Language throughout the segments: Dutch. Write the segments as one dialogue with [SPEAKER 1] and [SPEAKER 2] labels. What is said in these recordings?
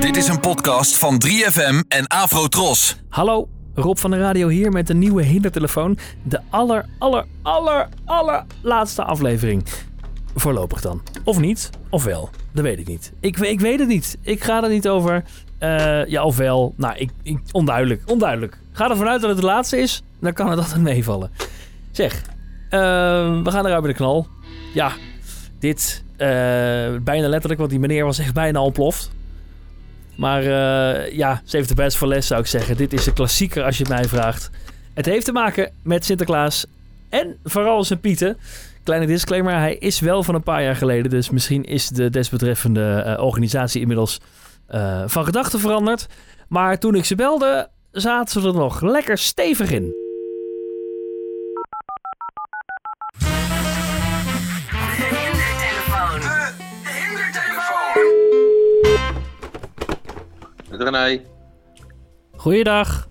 [SPEAKER 1] Dit is een podcast van 3FM en Afrotros.
[SPEAKER 2] Hallo, Rob van de Radio hier met een nieuwe hindertelefoon. De aller, aller, aller, aller laatste aflevering. Voorlopig dan. Of niet, of wel. Dat weet ik niet. Ik, we- ik weet het niet. Ik ga er niet over. Eh, ja, of wel. Nou, ik, ik, onduidelijk. Onduidelijk. Ga ervan uit dat het de laatste is. Dan kan het altijd meevallen. Zeg, eh, we gaan eruit met de knal. Ja, dit. eh, bijna letterlijk, want die meneer was echt bijna ontploft. Maar eh, ja, ze heeft de best voor les, zou ik zeggen. Dit is de klassieker als je het mij vraagt. Het heeft te maken met Sinterklaas en vooral zijn pieten. Kleine disclaimer, hij is wel van een paar jaar geleden. Dus misschien is de desbetreffende eh, organisatie inmiddels eh, van gedachten veranderd. Maar toen ik ze belde, zaten ze er nog lekker stevig in.
[SPEAKER 3] Hindertelefoon. De hindertelefoon.
[SPEAKER 4] Met René.
[SPEAKER 2] Goeiedag,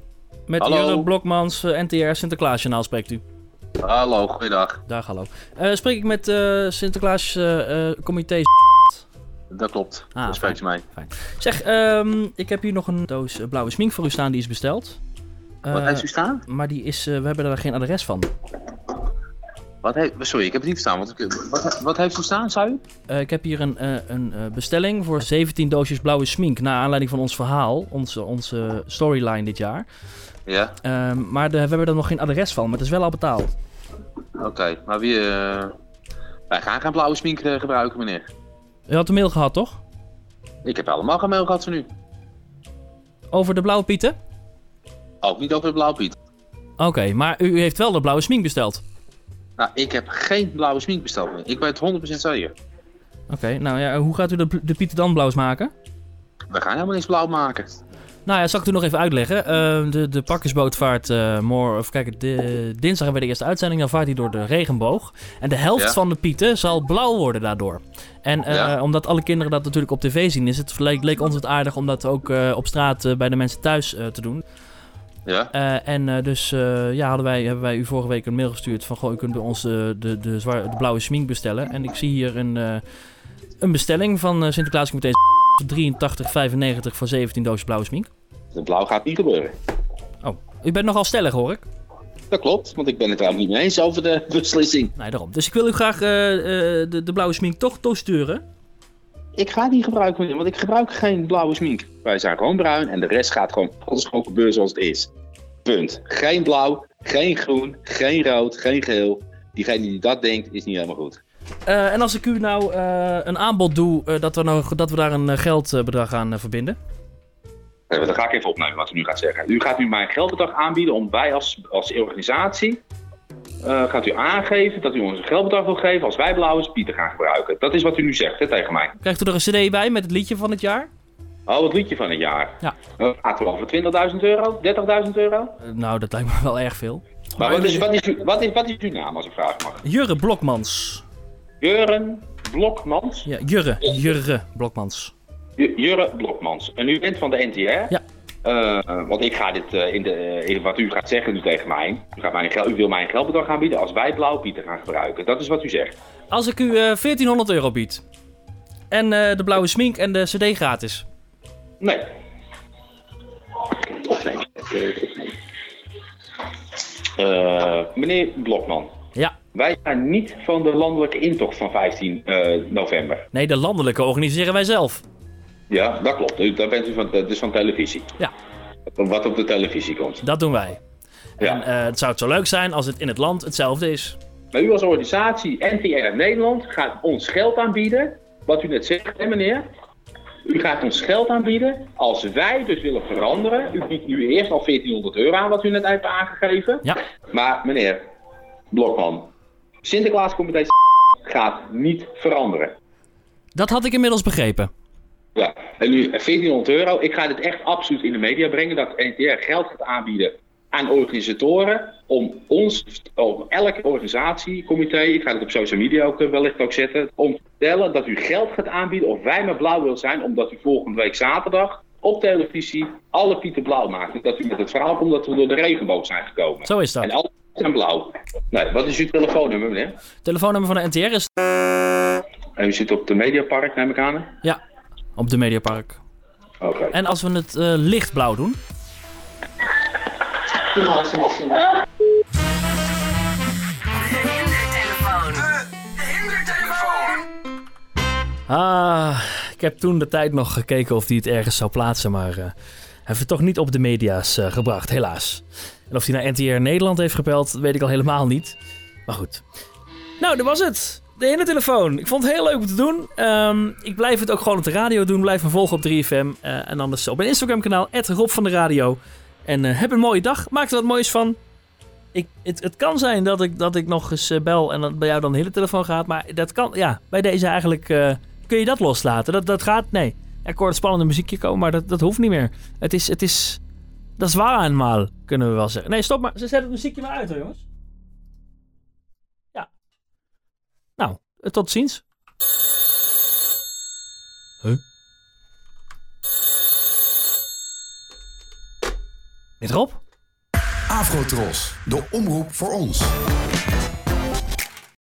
[SPEAKER 2] met
[SPEAKER 4] Hallo.
[SPEAKER 2] Jurre Blokmans, eh, NTR Sinterklaasjournaal spreekt u.
[SPEAKER 4] Hallo, goeiedag.
[SPEAKER 2] Dag, hallo. Eh, spreek ik met eh Sinterklaas eh, eh, comité
[SPEAKER 4] Dat klopt.
[SPEAKER 2] Ah,
[SPEAKER 4] dat spreekt ze mij.
[SPEAKER 2] Zeg, ehm, ik heb hier nog een doos eh, blauwe smink voor u staan, die is besteld. Eh,
[SPEAKER 4] Wat heeft u staan?
[SPEAKER 2] maar die is, eh, we hebben daar geen adres van.
[SPEAKER 4] Wat he- Sorry, ik heb het niet verstaan. Wat, ik- wat, wat heeft u staan, zei u?
[SPEAKER 2] Eh, ik heb hier een, eh, een eh, bestelling voor 17 doosjes blauwe smink. Naar aanleiding van ons verhaal, onze, onze storyline dit jaar.
[SPEAKER 4] Ja,
[SPEAKER 2] Ehm, maar de- we hebben er nog geen adres van, maar het is wel al betaald.
[SPEAKER 4] oké. Maar wie... eh, Wij gaan geen blauwe smink eh, gebruiken, meneer.
[SPEAKER 2] U had de mail gehad, toch?
[SPEAKER 4] Ik heb allemaal geen mail gehad van u.
[SPEAKER 2] Over de blauwe pieten?
[SPEAKER 4] Ook niet over de blauwe piet.
[SPEAKER 2] Oké, maar u, u heeft wel de blauwe smink besteld.
[SPEAKER 4] Nou, ik heb geen blauwe smink besteld, meneer. Ik weet het 100% zeker.
[SPEAKER 2] Oké, nou ja, hoe gaat u de, de pieten dan blauws maken?
[SPEAKER 4] We gaan helemaal niks blauw maken.
[SPEAKER 2] Nou ja, zal ik het u nog even uitleggen. Eh, de, de pakkersbootvaart eh morgen, of kijk, de, dinsdag hebben we de eerste uitzending. Dan vaart hij door de regenboog. En de helft
[SPEAKER 4] Ja.
[SPEAKER 2] van de pieten zal blauw worden daardoor. En eh,
[SPEAKER 4] Ja.
[SPEAKER 2] omdat alle kinderen dat natuurlijk op tv zien, is het, leek, leek ons het aardig om dat ook eh, op straat eh, bij de mensen thuis eh, te doen.
[SPEAKER 4] Ja,
[SPEAKER 2] Eh, en eh, dus eh, ja, hadden wij, hebben wij u vorige week een mail gestuurd van... ...goh, u kunt bij ons eh, de, de, zwar- de blauwe smink bestellen. En ik zie hier een, eh, een bestelling van eh Sinterklaascomité 83,95 voor 17 doos blauwe smink.
[SPEAKER 4] de blauw gaat niet gebeuren.
[SPEAKER 2] Oh, u bent nogal stellig hoor ik.
[SPEAKER 4] Dat klopt, want ik ben het er niet mee eens over de beslissing.
[SPEAKER 2] Nee, daarom. Dus ik wil u graag eh, eh, de, de blauwe smink toch toesturen.
[SPEAKER 4] Ik ga die gebruiken, meneer, want ik gebruik geen blauwe smink. Wij zijn gewoon bruin en de rest gaat gewoon, alles gewoon gebeuren zoals het is. Punt. Geen blauw, geen groen, geen rood, geen geel. Diegene die dat denkt, is niet helemaal goed.
[SPEAKER 2] Eh, en als ik u nou eh, een aanbod doe eh, dat, we nou, dat we daar een eh, geldbedrag aan eh, verbinden.
[SPEAKER 4] Eh, Dat ga ik even opnemen wat u nu gaat zeggen. U gaat nu mij een geldbedrag aanbieden om wij als, als organisatie... eh, gaat u aangeven dat u ons een geldbedrag wil geven als wij blauwe spieten gaan gebruiken. Dat is wat u nu zegt hè, tegen mij.
[SPEAKER 2] Krijgt u er een cd bij met het liedje van het jaar?
[SPEAKER 4] Oh, het liedje van het jaar.
[SPEAKER 2] Ja.
[SPEAKER 4] Eh, gaat het over 20.000 euro, 30.000 euro?
[SPEAKER 2] Eh, nou, dat lijkt me wel erg veel.
[SPEAKER 4] Maar wat is, wat, is, uw- wat, is, wat is uw naam als ik vraag mag?
[SPEAKER 2] Jurre Blokmans.
[SPEAKER 4] Jurren Blokmans.
[SPEAKER 2] Ja, Jurre. Jurre Blokmans.
[SPEAKER 4] J- Jurre Blokmans. En u bent van de NTR.
[SPEAKER 2] Ja.
[SPEAKER 4] Eh, eh, want ik ga dit eh, in, de, eh, in wat u gaat zeggen nu tegen mij. U, gaat mij een gel- u wil mij een geldbedrag aanbieden als wij blauwpieten gaan gebruiken. Dat is wat u zegt.
[SPEAKER 2] Als ik u eh, 1400 euro bied. En eh, de blauwe smink en de cd gratis.
[SPEAKER 4] Nee. Nee. Eh, meneer Blokman,
[SPEAKER 2] Ja.
[SPEAKER 4] wij zijn niet van de landelijke intocht van 15 eh, november.
[SPEAKER 2] Nee, de landelijke organiseren wij zelf.
[SPEAKER 4] Ja, dat klopt. U- Dat, bent u van, dat is van televisie.
[SPEAKER 2] Ja.
[SPEAKER 4] Wat op de televisie komt.
[SPEAKER 2] Dat doen wij.
[SPEAKER 4] Ja.
[SPEAKER 2] En eh, het zou het zo leuk zijn als het in het land hetzelfde is.
[SPEAKER 4] Maar u als organisatie NTR Nederland gaat ons geld aanbieden. Wat u net zegt, hè meneer? U gaat ons geld aanbieden. Als wij dus willen veranderen. U biedt nu eerst al 1400 euro aan, wat u net heeft aangegeven.
[SPEAKER 2] Ja.
[SPEAKER 4] Maar meneer Blokman, Sinterklaas komt met deze gaat niet veranderen.
[SPEAKER 2] Dat had ik inmiddels begrepen.
[SPEAKER 4] Ja, en nu 1400 euro. Ik ga dit echt absoluut in de media brengen dat NTR geld gaat aanbieden aan organisatoren om ons, om elke organisatie, comité, ik ga het op social media ook eh, wellicht ook zetten, om te vertellen dat u geld gaat aanbieden of wij maar blauw wil zijn, omdat u volgende week zaterdag op televisie alle pieten blauw maakt. En dat u met het verhaal komt dat we door de regenboog zijn gekomen.
[SPEAKER 2] Zo is
[SPEAKER 4] En
[SPEAKER 2] dat.
[SPEAKER 4] alle pieten zijn blauw. Nee, wat is uw telefoonnummer, meneer? Eh,
[SPEAKER 2] Telefoonnummer van de NTR is.
[SPEAKER 4] En u zit op de Mediapark, neem ik aan. hè?
[SPEAKER 2] Ja, op de Mediapark.
[SPEAKER 4] Oké.
[SPEAKER 2] En als we het eh, lichtblauw doen?
[SPEAKER 3] De hindertelefoon. De hindertelefoon.
[SPEAKER 2] Ah, ik heb toen de tijd nog gekeken of hij het ergens zou plaatsen, maar eh, hij heeft het toch niet op de media's eh, gebracht, helaas. En of hij naar NTR Nederland heeft gebeld, weet ik al helemaal niet. Maar goed. Nou, dat was het. De hindertelefoon. Ik vond het heel leuk om te doen. Ehm, ik blijf het ook gewoon op de radio doen. Blijf me volgen op 3FM. eh, en anders op mijn Instagram kanaal, Rob van de Radio. En eh, heb een mooie dag. Maak er wat moois van. Ik, het, het kan zijn dat ik, dat ik nog eens eh, bel en dat bij jou dan de hele telefoon gaat. Maar dat kan, ja, bij deze eigenlijk eh, kun je dat loslaten. Dat, dat gaat, nee. Er kon spannende muziekje komen, maar dat, dat hoeft niet meer. Het is, het is, dat is waar eenmaal, kunnen we wel zeggen. Nee, stop maar. Ze zetten het muziekje maar uit hoor, jongens. Ja. Nou, eh, tot ziens. Huh? Is Rob?
[SPEAKER 5] Afrotros, de omroep voor ons.